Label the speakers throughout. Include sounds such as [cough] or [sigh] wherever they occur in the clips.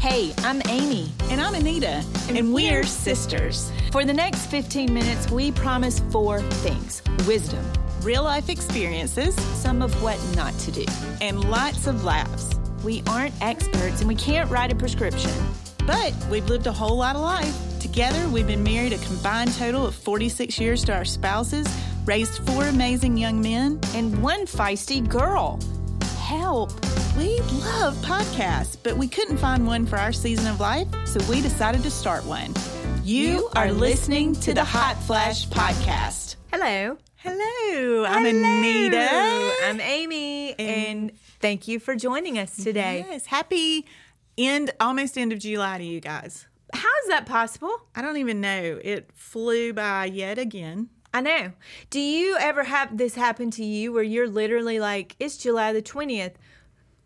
Speaker 1: Hey, I'm Amy.
Speaker 2: And I'm Anita,
Speaker 1: And we're
Speaker 2: sisters.
Speaker 1: For the next 15 minutes, we promise four things wisdom,
Speaker 2: Real life experiences
Speaker 1: some of what not to do.
Speaker 2: and lots of laughs.
Speaker 1: We aren't experts and we can't write a prescription.
Speaker 2: But we've lived a whole lot of life. Together, we've been married a combined total of 46 years to our spouses, raised four amazing young men.
Speaker 1: And one feisty girl. Help.
Speaker 2: We love podcasts, but we couldn't find one for our season of life, so we decided to start one. You, are listening to the Hot Flash Podcast.
Speaker 3: Hello.
Speaker 2: Hello, I'm
Speaker 3: Hello.
Speaker 2: Anita.
Speaker 3: I'm Amy, and thank you for joining us today.
Speaker 2: Yes, happy end, almost end of July to you guys.
Speaker 3: How is that possible?
Speaker 2: I don't even know. It flew by yet again.
Speaker 3: I know. Do you ever have this happen to you where you're literally like, it's July the 20th?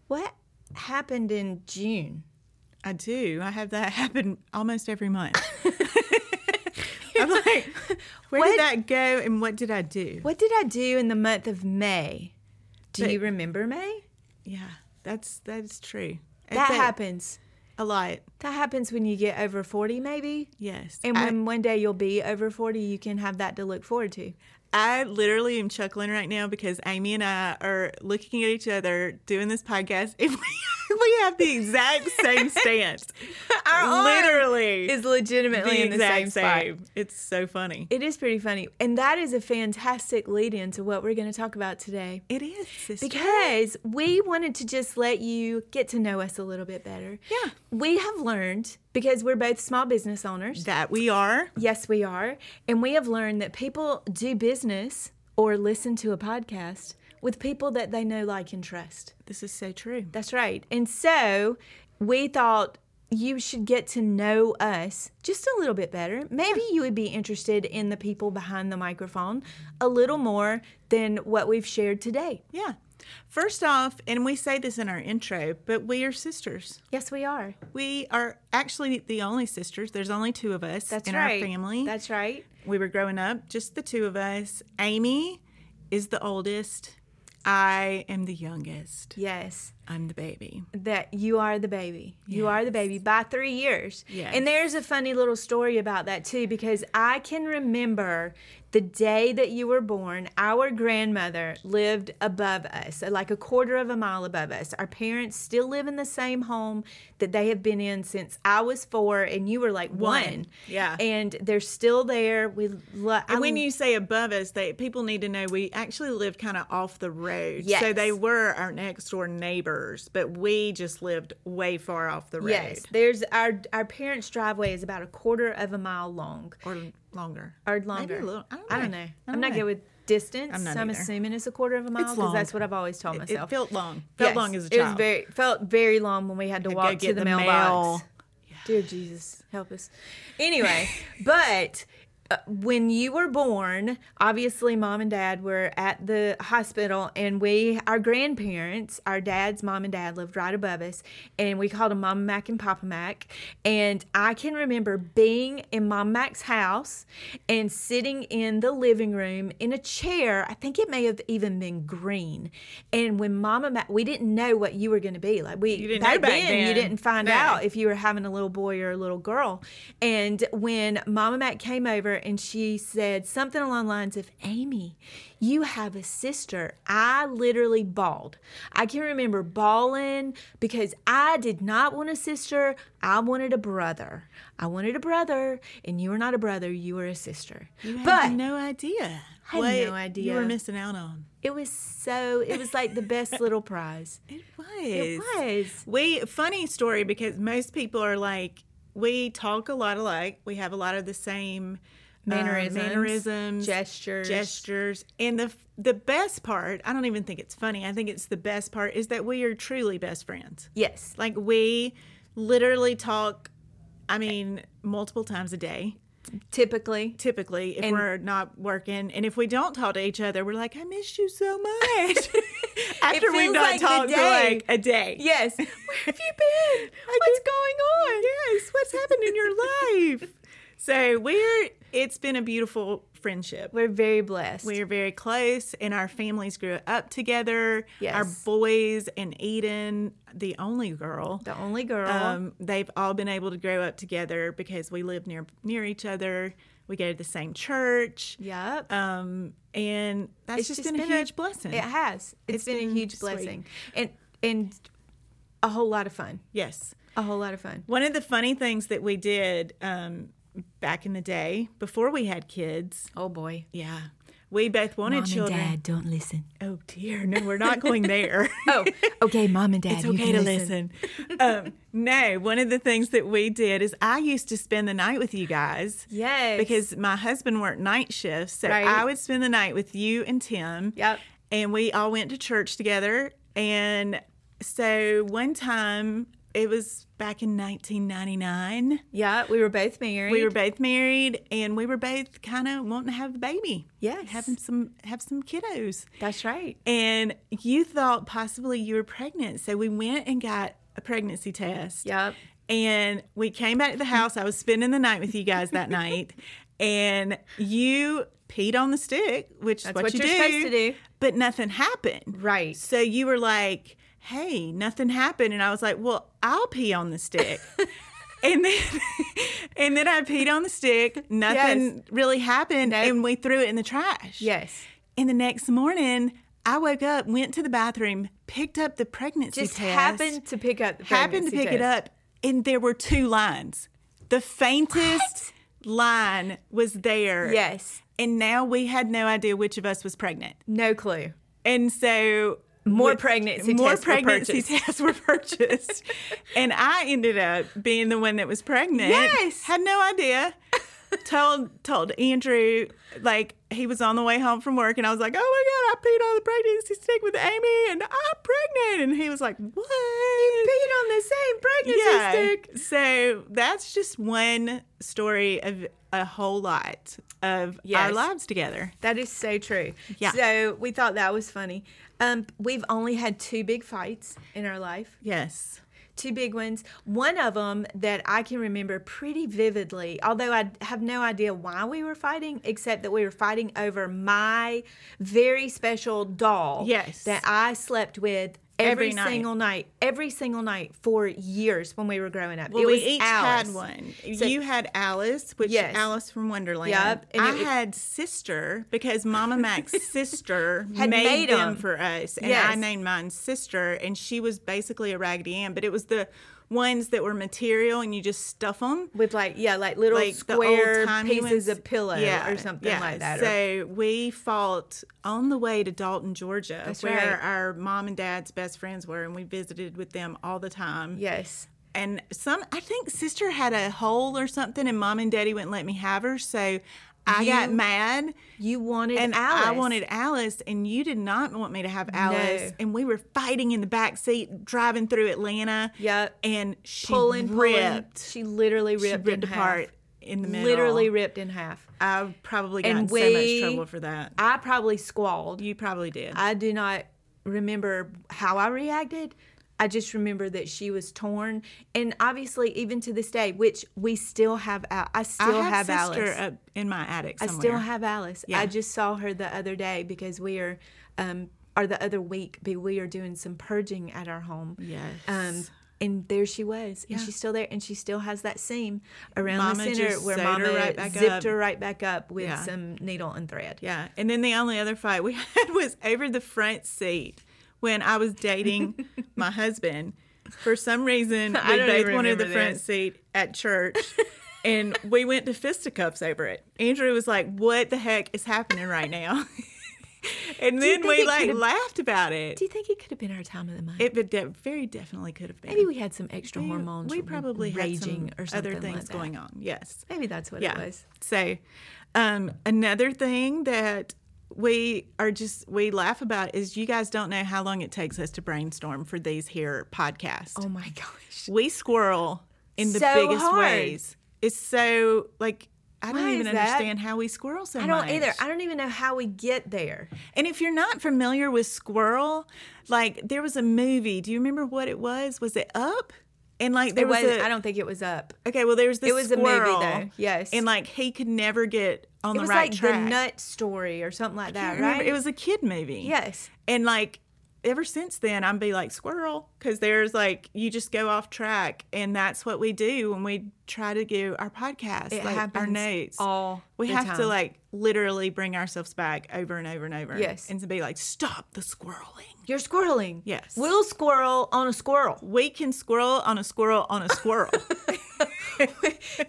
Speaker 3: What happened in June?
Speaker 2: I do. I have that [laughs] happen almost every month. [laughs] I'm like, where
Speaker 3: What?
Speaker 2: did that go and what did I do?
Speaker 3: What did I do in the month of May? Do
Speaker 2: But-
Speaker 3: you remember May?
Speaker 2: Yeah, that's that's true.
Speaker 3: That
Speaker 2: It's a-
Speaker 3: happens.
Speaker 2: a lot.
Speaker 3: That happens when you get over 40, maybe.
Speaker 2: Yes.
Speaker 3: And
Speaker 2: I-
Speaker 3: when one day you'll be over 40, you can have that to look forward to.
Speaker 2: I literally am chuckling right now because Amy and I are looking at each other doing this podcast. If [laughs] we, we have the exact same
Speaker 3: [laughs]
Speaker 2: stance,
Speaker 3: arm
Speaker 2: literally
Speaker 3: Is legitimately in the same, spot.
Speaker 2: It's so funny.
Speaker 3: It is pretty funny. And that is a fantastic lead in to what we're going to talk about today.
Speaker 2: It is sister.
Speaker 3: Because we wanted to just let you get to know us a little bit better.
Speaker 2: Yeah.
Speaker 3: We have learned, because we're both small business owners,
Speaker 2: that we are.
Speaker 3: yes, we are, and we have learned that people do business or listen to a podcast with people that they know, like, and trust.
Speaker 2: This is so true.
Speaker 3: That's right. And so we thought you should get to know us just a little bit better. Maybe you would be interested in the people behind the microphone a little more than what we've shared today.
Speaker 2: Yeah. First off, and we say this in our intro, but we are sisters.
Speaker 3: Yes, we are.
Speaker 2: We are actually the only sisters. There's only two of us
Speaker 3: That's
Speaker 2: in
Speaker 3: right.
Speaker 2: our family.
Speaker 3: That's right.
Speaker 2: we were growing up, just the two of us. Amy is the oldest. I am the youngest.
Speaker 3: Yes,
Speaker 2: I'm the baby.
Speaker 3: that you are the baby. You are the baby by three years.
Speaker 2: Yes.
Speaker 3: And there's a funny little story about that too, because I can remember the day that you were born, our grandmother lived above us, uh, like a quarter of a mile above us. Our parents still live in the same home that they have been in since I was four and you were like one.
Speaker 2: Yeah.
Speaker 3: And they're still there. We love.
Speaker 2: And when you say above us, they people need to know we actually live kind of off the road. So
Speaker 3: Yes.
Speaker 2: they were our next door neighbors, but we just lived way far off the road
Speaker 3: Yes, there's our our parents' driveway is about a quarter of a mile long.
Speaker 2: or longer.
Speaker 3: or
Speaker 2: Maybe a
Speaker 3: longer.
Speaker 2: little- I don't
Speaker 3: I don't
Speaker 2: know.
Speaker 3: know.
Speaker 2: I
Speaker 3: I'm
Speaker 2: don't
Speaker 3: not
Speaker 2: know.
Speaker 3: good with distance.
Speaker 2: I'm not
Speaker 3: so I'm
Speaker 2: either.
Speaker 3: assuming it's a quarter of a mile because
Speaker 2: long.
Speaker 3: that's what I've always told myself.
Speaker 2: It felt long. Felt
Speaker 3: Yes,
Speaker 2: long as a
Speaker 3: It was
Speaker 2: child.
Speaker 3: very felt very long when we had to
Speaker 2: go
Speaker 3: walk to
Speaker 2: get
Speaker 3: the,
Speaker 2: the
Speaker 3: mailbox.
Speaker 2: mail.
Speaker 3: Dear Jesus, help us. Anyway, [laughs] but uh, when you were born, obviously mom and dad were at the hospital and we our grandparents, our dad's mom and dad lived right above us and we called them Mama Mac and Papa Mac and I can remember being in Mama Mac's house and sitting in the living room in a chair. I think it may have even been green. And when Mama Mac, we didn't know what you were going to be. Like we
Speaker 2: You didn't know back
Speaker 3: you
Speaker 2: then.
Speaker 3: didn't find
Speaker 2: No.
Speaker 3: out if you were having a little boy or a little girl. And when Mama Mac came over and she said something along the lines of, Amy, you have a sister. I literally bawled. I can remember bawling because I did not want a sister. I wanted a brother. I wanted a brother, and you were not a brother, you were a sister.
Speaker 2: You had
Speaker 3: but
Speaker 2: no idea.
Speaker 3: had
Speaker 2: what
Speaker 3: no
Speaker 2: You
Speaker 3: idea.
Speaker 2: were missing out on.
Speaker 3: it was so, it was like the best little prize.
Speaker 2: [laughs] It was.
Speaker 3: It was.
Speaker 2: We funny story because most people are like we talk a lot alike. We have a lot of the same uh,
Speaker 3: Um, Mannerisms,
Speaker 2: mannerisms,
Speaker 3: gestures.
Speaker 2: gestures. And the the best part, I don't even think it's funny. I think it's the best part is that we are truly best friends.
Speaker 3: Yes.
Speaker 2: Like we literally talk. I mean, multiple times a day,
Speaker 3: Typically,
Speaker 2: typically, if we're not working. And if we don't talk to each other, we're like, I miss you so much. After we've
Speaker 3: feels
Speaker 2: not
Speaker 3: like the
Speaker 2: talked for
Speaker 3: day.
Speaker 2: like a day.
Speaker 3: [laughs] Yes. [laughs] Where have you been?
Speaker 2: What's going on? Yes, what's happened in your life?
Speaker 4: So we're it's been a beautiful friendship.
Speaker 3: We're very blessed.
Speaker 4: We are very close, and our families grew up together.
Speaker 3: Yes.
Speaker 4: Our boys and Eden, the only girl,
Speaker 3: the only girl.
Speaker 4: um, they've all been able to grow up together because we live near near each other. We go to the same church.
Speaker 3: yep.
Speaker 4: Um, and that's just, been, a huge blessing.
Speaker 3: It has. it's
Speaker 4: It's
Speaker 3: been, a
Speaker 4: been
Speaker 3: huge
Speaker 4: sweet.
Speaker 3: blessing, and and a whole lot of fun.
Speaker 4: yes.
Speaker 3: A whole lot of fun.
Speaker 4: One of the funny things that we did um, back in the day before we had kids,
Speaker 3: Oh boy.
Speaker 4: yeah, we both wanted children.
Speaker 3: don't listen.
Speaker 4: Oh dear, no, we're not going there.
Speaker 3: [laughs] Oh, okay, mom and dad. [laughs]
Speaker 4: it's
Speaker 3: you
Speaker 4: okay
Speaker 3: can
Speaker 4: to listen. um, no, one of the things that we did is I used to spend the night with you guys.
Speaker 3: Yes.
Speaker 4: Because my husband worked night shifts, so
Speaker 3: Right.
Speaker 4: I would spend the night with you and Tim.
Speaker 3: Yep.
Speaker 4: And we all went to church together. And so one time, it was back in 1999.
Speaker 3: Yeah, we were both married.
Speaker 4: We were both married, and we were both kind of wanting to have a baby.
Speaker 3: Yes.
Speaker 4: having some have some kiddos.
Speaker 3: That's right.
Speaker 4: And you thought possibly you were pregnant, so we went and got a pregnancy test.
Speaker 3: Yep.
Speaker 4: And we came back to the house. I was spending the night with you guys that night, and you peed on the stick, which is
Speaker 3: That's
Speaker 4: what,
Speaker 3: what
Speaker 4: you
Speaker 3: you're
Speaker 4: do,
Speaker 3: supposed to do.
Speaker 4: But nothing happened.
Speaker 3: Right.
Speaker 4: So you were like, "Hey, nothing happened," and I was like, "Well, I'll pee on the
Speaker 3: [laughs]
Speaker 4: stick." And then, [laughs] and then I peed on the stick. Nothing really happened, and we threw it in the trash.
Speaker 3: Yes.
Speaker 4: And the next morning, I woke up, went to the bathroom, picked up the pregnancy
Speaker 3: Just
Speaker 4: test.
Speaker 3: happened to pick up. The
Speaker 4: happened to
Speaker 3: pregnancy
Speaker 4: pick it
Speaker 3: test.
Speaker 4: up, and there were two lines. The faintest line was there.
Speaker 3: Yes.
Speaker 4: And now we had no idea which of us was pregnant.
Speaker 3: No clue.
Speaker 4: And so
Speaker 3: More
Speaker 4: with-
Speaker 3: pregnancy
Speaker 4: more
Speaker 3: tests were
Speaker 4: pregnancy
Speaker 3: purchased.
Speaker 4: tests were purchased.
Speaker 3: [laughs]
Speaker 4: and I ended up being the one that was pregnant.
Speaker 3: Yes.
Speaker 4: Had no
Speaker 3: [laughs]
Speaker 4: idea. told told Andrew like he was on the way home from work and I was like, Oh my god, I peed on the pregnancy stick with Amy and I'm pregnant and he was like, What? You
Speaker 3: Peed on the same pregnancy stick.
Speaker 4: so that's just one story of a whole lot of our
Speaker 3: Yes.
Speaker 4: lives together.
Speaker 3: That is so true.
Speaker 4: Yeah.
Speaker 3: So we thought that was funny. Um, we've only had two big fights in our life,
Speaker 4: Yes.
Speaker 3: two big ones. One of them that I can remember pretty vividly, although I have no idea why we were fighting, except that we were fighting over my very special doll.
Speaker 4: Yes.
Speaker 3: That I slept with. Every,
Speaker 4: Every night.
Speaker 3: single night, every single night for years when we were growing up.
Speaker 4: Well,
Speaker 3: it
Speaker 4: we
Speaker 3: was
Speaker 4: each
Speaker 3: ours.
Speaker 4: had one.
Speaker 3: So-
Speaker 4: you had Alice, which
Speaker 3: Yes.
Speaker 4: Alice from Wonderland.
Speaker 3: Yep, and
Speaker 4: I
Speaker 3: it was-
Speaker 4: had sister because Mama Mac's
Speaker 3: [laughs]
Speaker 4: sister
Speaker 3: Had
Speaker 4: made,
Speaker 3: made
Speaker 4: them
Speaker 3: 'em.
Speaker 4: for us, and I
Speaker 3: Yes.
Speaker 4: named mine sister, and she was basically a Raggedy Ann, but it was the ones that were material, and you just stuff them.
Speaker 3: with like yeah, like little
Speaker 4: Like the
Speaker 3: square
Speaker 4: old-timey
Speaker 3: pieces
Speaker 4: ones.
Speaker 3: of pillow or something
Speaker 4: yeah.
Speaker 3: like that. or
Speaker 4: So we fought on the way to Dalton, Georgia,
Speaker 3: That's
Speaker 4: where
Speaker 3: right.
Speaker 4: our mom and dad's best friends were, and we visited with them all the time.
Speaker 3: Yes.
Speaker 4: and some I think sister had a hole or something, and mom and daddy wouldn't let me have her, so I got
Speaker 3: You-
Speaker 4: mad.
Speaker 3: You wanted
Speaker 4: And
Speaker 3: Alice.
Speaker 4: I wanted Alice, and you did not want me to have Alice.
Speaker 3: No.
Speaker 4: And we were fighting in the back seat, driving through Atlanta.
Speaker 3: Yep.
Speaker 4: And she
Speaker 3: pulling, pulling.
Speaker 4: ripped,
Speaker 3: She literally
Speaker 4: she
Speaker 3: ripped,
Speaker 4: ripped
Speaker 3: in
Speaker 4: apart
Speaker 3: half.
Speaker 4: in the middle.
Speaker 3: Literally ripped in half.
Speaker 4: I probably got in
Speaker 3: And
Speaker 4: so much
Speaker 3: we-
Speaker 4: trouble for that.
Speaker 3: I probably squalled.
Speaker 4: you probably did.
Speaker 3: I do not remember how I reacted. I just remember that she was torn, and obviously, even to this day, which we still have. Al- I still
Speaker 4: I have, sister
Speaker 3: Alice.
Speaker 4: up in my attic
Speaker 3: I
Speaker 4: somewhere.
Speaker 3: still have Alice.
Speaker 4: Yeah.
Speaker 3: I just saw her the other day because we are, um, or the other week, be we are doing some purging at our home.
Speaker 4: Yes.
Speaker 3: Um, and there she was, and she's still there, and she still has that seam around
Speaker 4: Mama
Speaker 3: the center
Speaker 4: just
Speaker 3: where
Speaker 4: sewed
Speaker 3: Mama
Speaker 4: her right back
Speaker 3: zipped
Speaker 4: up.
Speaker 3: her right back up with
Speaker 4: Yeah.
Speaker 3: some needle and thread.
Speaker 4: Yeah. And then the only other fight we [laughs] had was over the front seat when I
Speaker 3: [laughs]
Speaker 4: was dating my husband. For some reason,
Speaker 3: I
Speaker 4: we
Speaker 3: don't
Speaker 4: both
Speaker 3: even
Speaker 4: wanted the
Speaker 3: remember
Speaker 4: front
Speaker 3: this.
Speaker 4: seat
Speaker 3: [laughs]
Speaker 4: at church. And we went to fisticuffs over it. Andrew was like, "What the heck is happening right now?" [laughs] and then
Speaker 3: think
Speaker 4: we
Speaker 3: it
Speaker 4: like
Speaker 3: could've-
Speaker 4: laughed about it.
Speaker 3: Do you think it could have been our time of the month?
Speaker 4: It would de- very definitely could have been.
Speaker 3: Maybe we had some extra
Speaker 4: We-
Speaker 3: hormones.
Speaker 4: We probably
Speaker 3: raging
Speaker 4: had
Speaker 3: or
Speaker 4: some
Speaker 3: something
Speaker 4: other things
Speaker 3: like that.
Speaker 4: going on. Yes.
Speaker 3: Maybe that's what it was.
Speaker 4: So, um, another thing that we are just we laugh about is you guys don't know how long it takes us to brainstorm for these here podcasts.
Speaker 3: Oh
Speaker 4: [laughs]
Speaker 3: my gosh!
Speaker 4: We squirrel in the
Speaker 3: So
Speaker 4: biggest
Speaker 3: hard.
Speaker 4: ways. It's so like I
Speaker 3: Why
Speaker 4: don't even
Speaker 3: is that?
Speaker 4: understand how we squirrel so
Speaker 3: I
Speaker 4: much.
Speaker 3: don't either. I don't even know how we get there.
Speaker 4: And if you're not familiar with squirrel, like there was a movie. Do you remember what it was? Was it Up? And like there
Speaker 3: It
Speaker 4: was,
Speaker 3: was.
Speaker 4: a-
Speaker 3: I don't think it was up.
Speaker 4: Okay, well, there was this.
Speaker 3: It was a movie,
Speaker 4: squirrel,
Speaker 3: though. Yes.
Speaker 4: and like he could never get on
Speaker 3: It
Speaker 4: the
Speaker 3: was
Speaker 4: right
Speaker 3: like
Speaker 4: track.
Speaker 3: the Nut Story or something like
Speaker 4: I
Speaker 3: that,
Speaker 4: remember,
Speaker 3: right?
Speaker 4: It was a kid movie.
Speaker 3: Yes.
Speaker 4: and like ever since then, I'm be like squirrel because there's like you just go off track, and that's what we do when we try to do our podcast,
Speaker 3: It
Speaker 4: like our
Speaker 3: happens
Speaker 4: notes.
Speaker 3: all
Speaker 4: we
Speaker 3: the
Speaker 4: have to
Speaker 3: time.
Speaker 4: like literally bring ourselves back over and over and over.
Speaker 3: Yes.
Speaker 4: and to be like, stop the squirreling.
Speaker 3: You're squirreling.
Speaker 4: Yes.
Speaker 3: We'll squirrel on a
Speaker 4: [laughs]
Speaker 3: squirrel.
Speaker 4: We can squirrel on a squirrel on
Speaker 3: [laughs]
Speaker 4: a squirrel.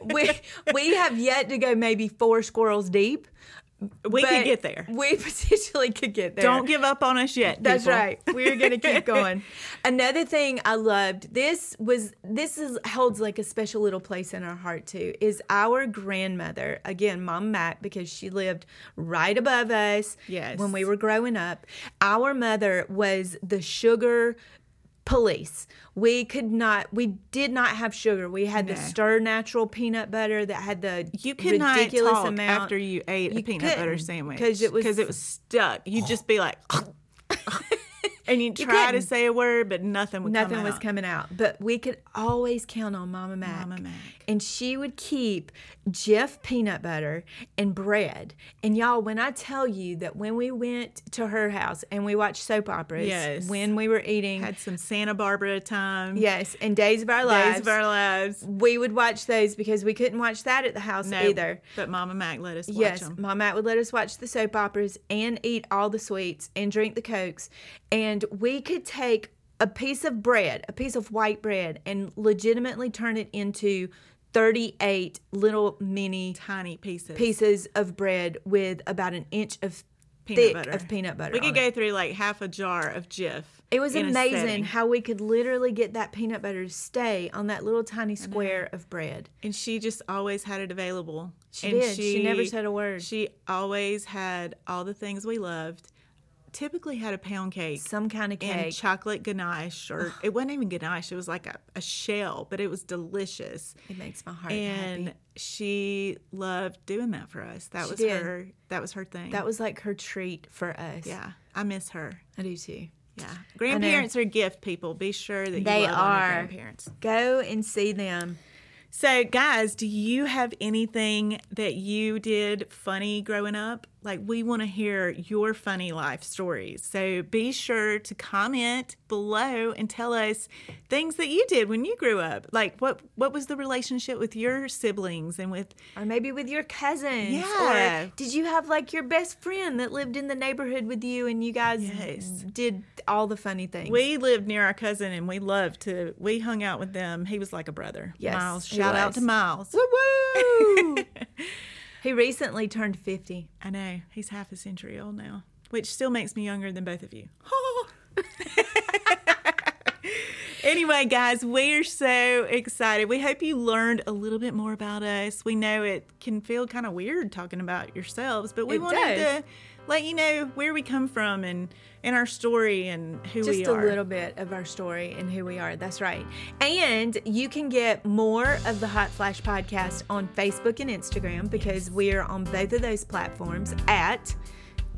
Speaker 3: we we have yet to go maybe four squirrels deep.
Speaker 4: we
Speaker 3: but
Speaker 4: could get there.
Speaker 3: We [laughs] potentially could get there.
Speaker 4: Don't give up on us yet.
Speaker 3: That's
Speaker 4: people.
Speaker 3: right. We're gonna
Speaker 4: [laughs]
Speaker 3: keep going. Another thing I loved this was this is holds like a special little place in our heart too. Is our grandmother again, Mom Mac, because she lived right above us.
Speaker 4: Yes.
Speaker 3: When we were growing up, our mother was the sugar police. We could not. We did not have sugar. We had the stir natural peanut butter that had the
Speaker 4: You could not
Speaker 3: ridiculous
Speaker 4: talk
Speaker 3: amount
Speaker 4: after you ate a
Speaker 3: You
Speaker 4: peanut butter
Speaker 3: couldn't,
Speaker 4: sandwich
Speaker 3: 'cause it was-
Speaker 4: because it was stuck. You'd just
Speaker 3: [laughs]
Speaker 4: be like, [laughs] and you'd try to
Speaker 3: couldn't.
Speaker 4: say a word, but nothing would.
Speaker 3: Nothing
Speaker 4: come
Speaker 3: was
Speaker 4: out.
Speaker 3: coming out, but we could always count on Mama Mac.
Speaker 4: Mama Mac.
Speaker 3: And she would keep Jeff peanut butter and bread. And y'all, when I tell you that when we went to her house and we watched soap operas,
Speaker 4: Yes.
Speaker 3: when we were eating,
Speaker 4: [laughs] Had some Santa Barbara time.
Speaker 3: yes, and Days of Our Lives,
Speaker 4: days of our lives.
Speaker 3: we would watch those because we couldn't watch that at the house
Speaker 4: No,
Speaker 3: either.
Speaker 4: but Mama Mac let us watch
Speaker 3: Yes,
Speaker 4: them.
Speaker 3: Mom Matt would let us watch the soap operas and eat all the sweets and drink the cokes, and we could take a piece of bread, a piece of white bread, and legitimately turn it into thirty-eight little mini
Speaker 4: Tiny pieces.
Speaker 3: pieces of bread with about an inch of
Speaker 4: Peanut
Speaker 3: thick
Speaker 4: butter.
Speaker 3: of peanut butter.
Speaker 4: We could
Speaker 3: on
Speaker 4: go
Speaker 3: it.
Speaker 4: through like half a jar of Jif.
Speaker 3: It was
Speaker 4: in a
Speaker 3: amazing
Speaker 4: setting.
Speaker 3: how we could literally get that peanut butter to stay on that little tiny square of bread.
Speaker 4: and she just always had it available. She
Speaker 3: did. She never said a word.
Speaker 4: She always had all the things we loved. Typically had a pound cake.
Speaker 3: Some kind of
Speaker 4: and
Speaker 3: cake.
Speaker 4: chocolate ganache or it wasn't even ganache it was like a, a shell but it was delicious
Speaker 3: it makes my heart
Speaker 4: and
Speaker 3: happy.
Speaker 4: she loved doing that for us that was
Speaker 3: did.
Speaker 4: her that was her thing
Speaker 3: That was like her treat for us.
Speaker 4: yeah i miss her
Speaker 3: I do too.
Speaker 4: yeah grandparents are gift people be sure that
Speaker 3: They
Speaker 4: you love on your
Speaker 3: are.
Speaker 4: grandparents
Speaker 3: Go and see them.
Speaker 4: so guys do you have anything that you did funny growing up like we want to hear your funny life stories so be sure to comment below and tell us things that you did when you grew up like what what was the relationship with your siblings and with
Speaker 3: Or maybe with your cousins.
Speaker 4: Yeah.
Speaker 3: Or did you have like your best friend that lived in the neighborhood with you and you guys
Speaker 4: Yes.
Speaker 3: did all the funny things?
Speaker 4: we lived near our cousin and we loved to we hung out with them he was like a brother
Speaker 3: Yes,
Speaker 4: miles
Speaker 3: he
Speaker 4: shout out
Speaker 3: was.
Speaker 4: to miles
Speaker 3: Woo! [laughs] he recently turned 50.
Speaker 4: i know he's half a century old now which still makes me younger than both of you [laughs] Anyway, guys, we're so excited. We hope you learned a little bit more about us. We know it can feel kind of weird talking about yourselves, but we
Speaker 3: It
Speaker 4: wanted
Speaker 3: does.
Speaker 4: to let you know where we come from and and our story and who we
Speaker 3: Just a
Speaker 4: are.
Speaker 3: little bit of our story and who we are. That's right. And you can get more of the Hot Flash podcast on Facebook and Instagram because we are on both of those platforms at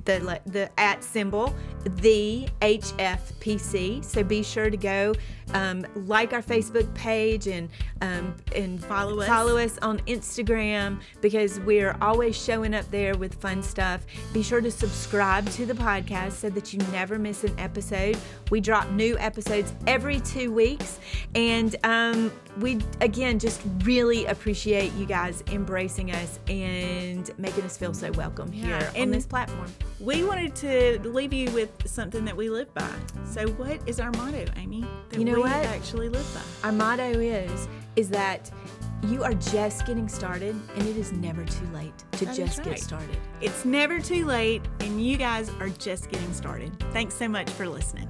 Speaker 3: the le- the at symbol the HFPC. So be sure to go um, like our Facebook page and um, and
Speaker 4: Follow us.
Speaker 3: follow us on Instagram because we're always showing up there with fun stuff. Be sure to subscribe to the podcast so that you never miss an episode. We drop new episodes every two weeks, and um, we again just really appreciate you guys embracing us and making us feel so welcome
Speaker 4: Yeah,
Speaker 3: here on
Speaker 4: and-
Speaker 3: this platform.
Speaker 4: We wanted to leave you with something that we live by. So, what is our motto, Amy? That
Speaker 3: You know
Speaker 4: we
Speaker 3: what?
Speaker 4: actually live by.
Speaker 3: Our motto is is that you are just getting started, and it is never too late to
Speaker 4: That is
Speaker 3: just
Speaker 4: right.
Speaker 3: get started.
Speaker 4: It's never too late, and you guys are just getting started. Thanks so much for listening.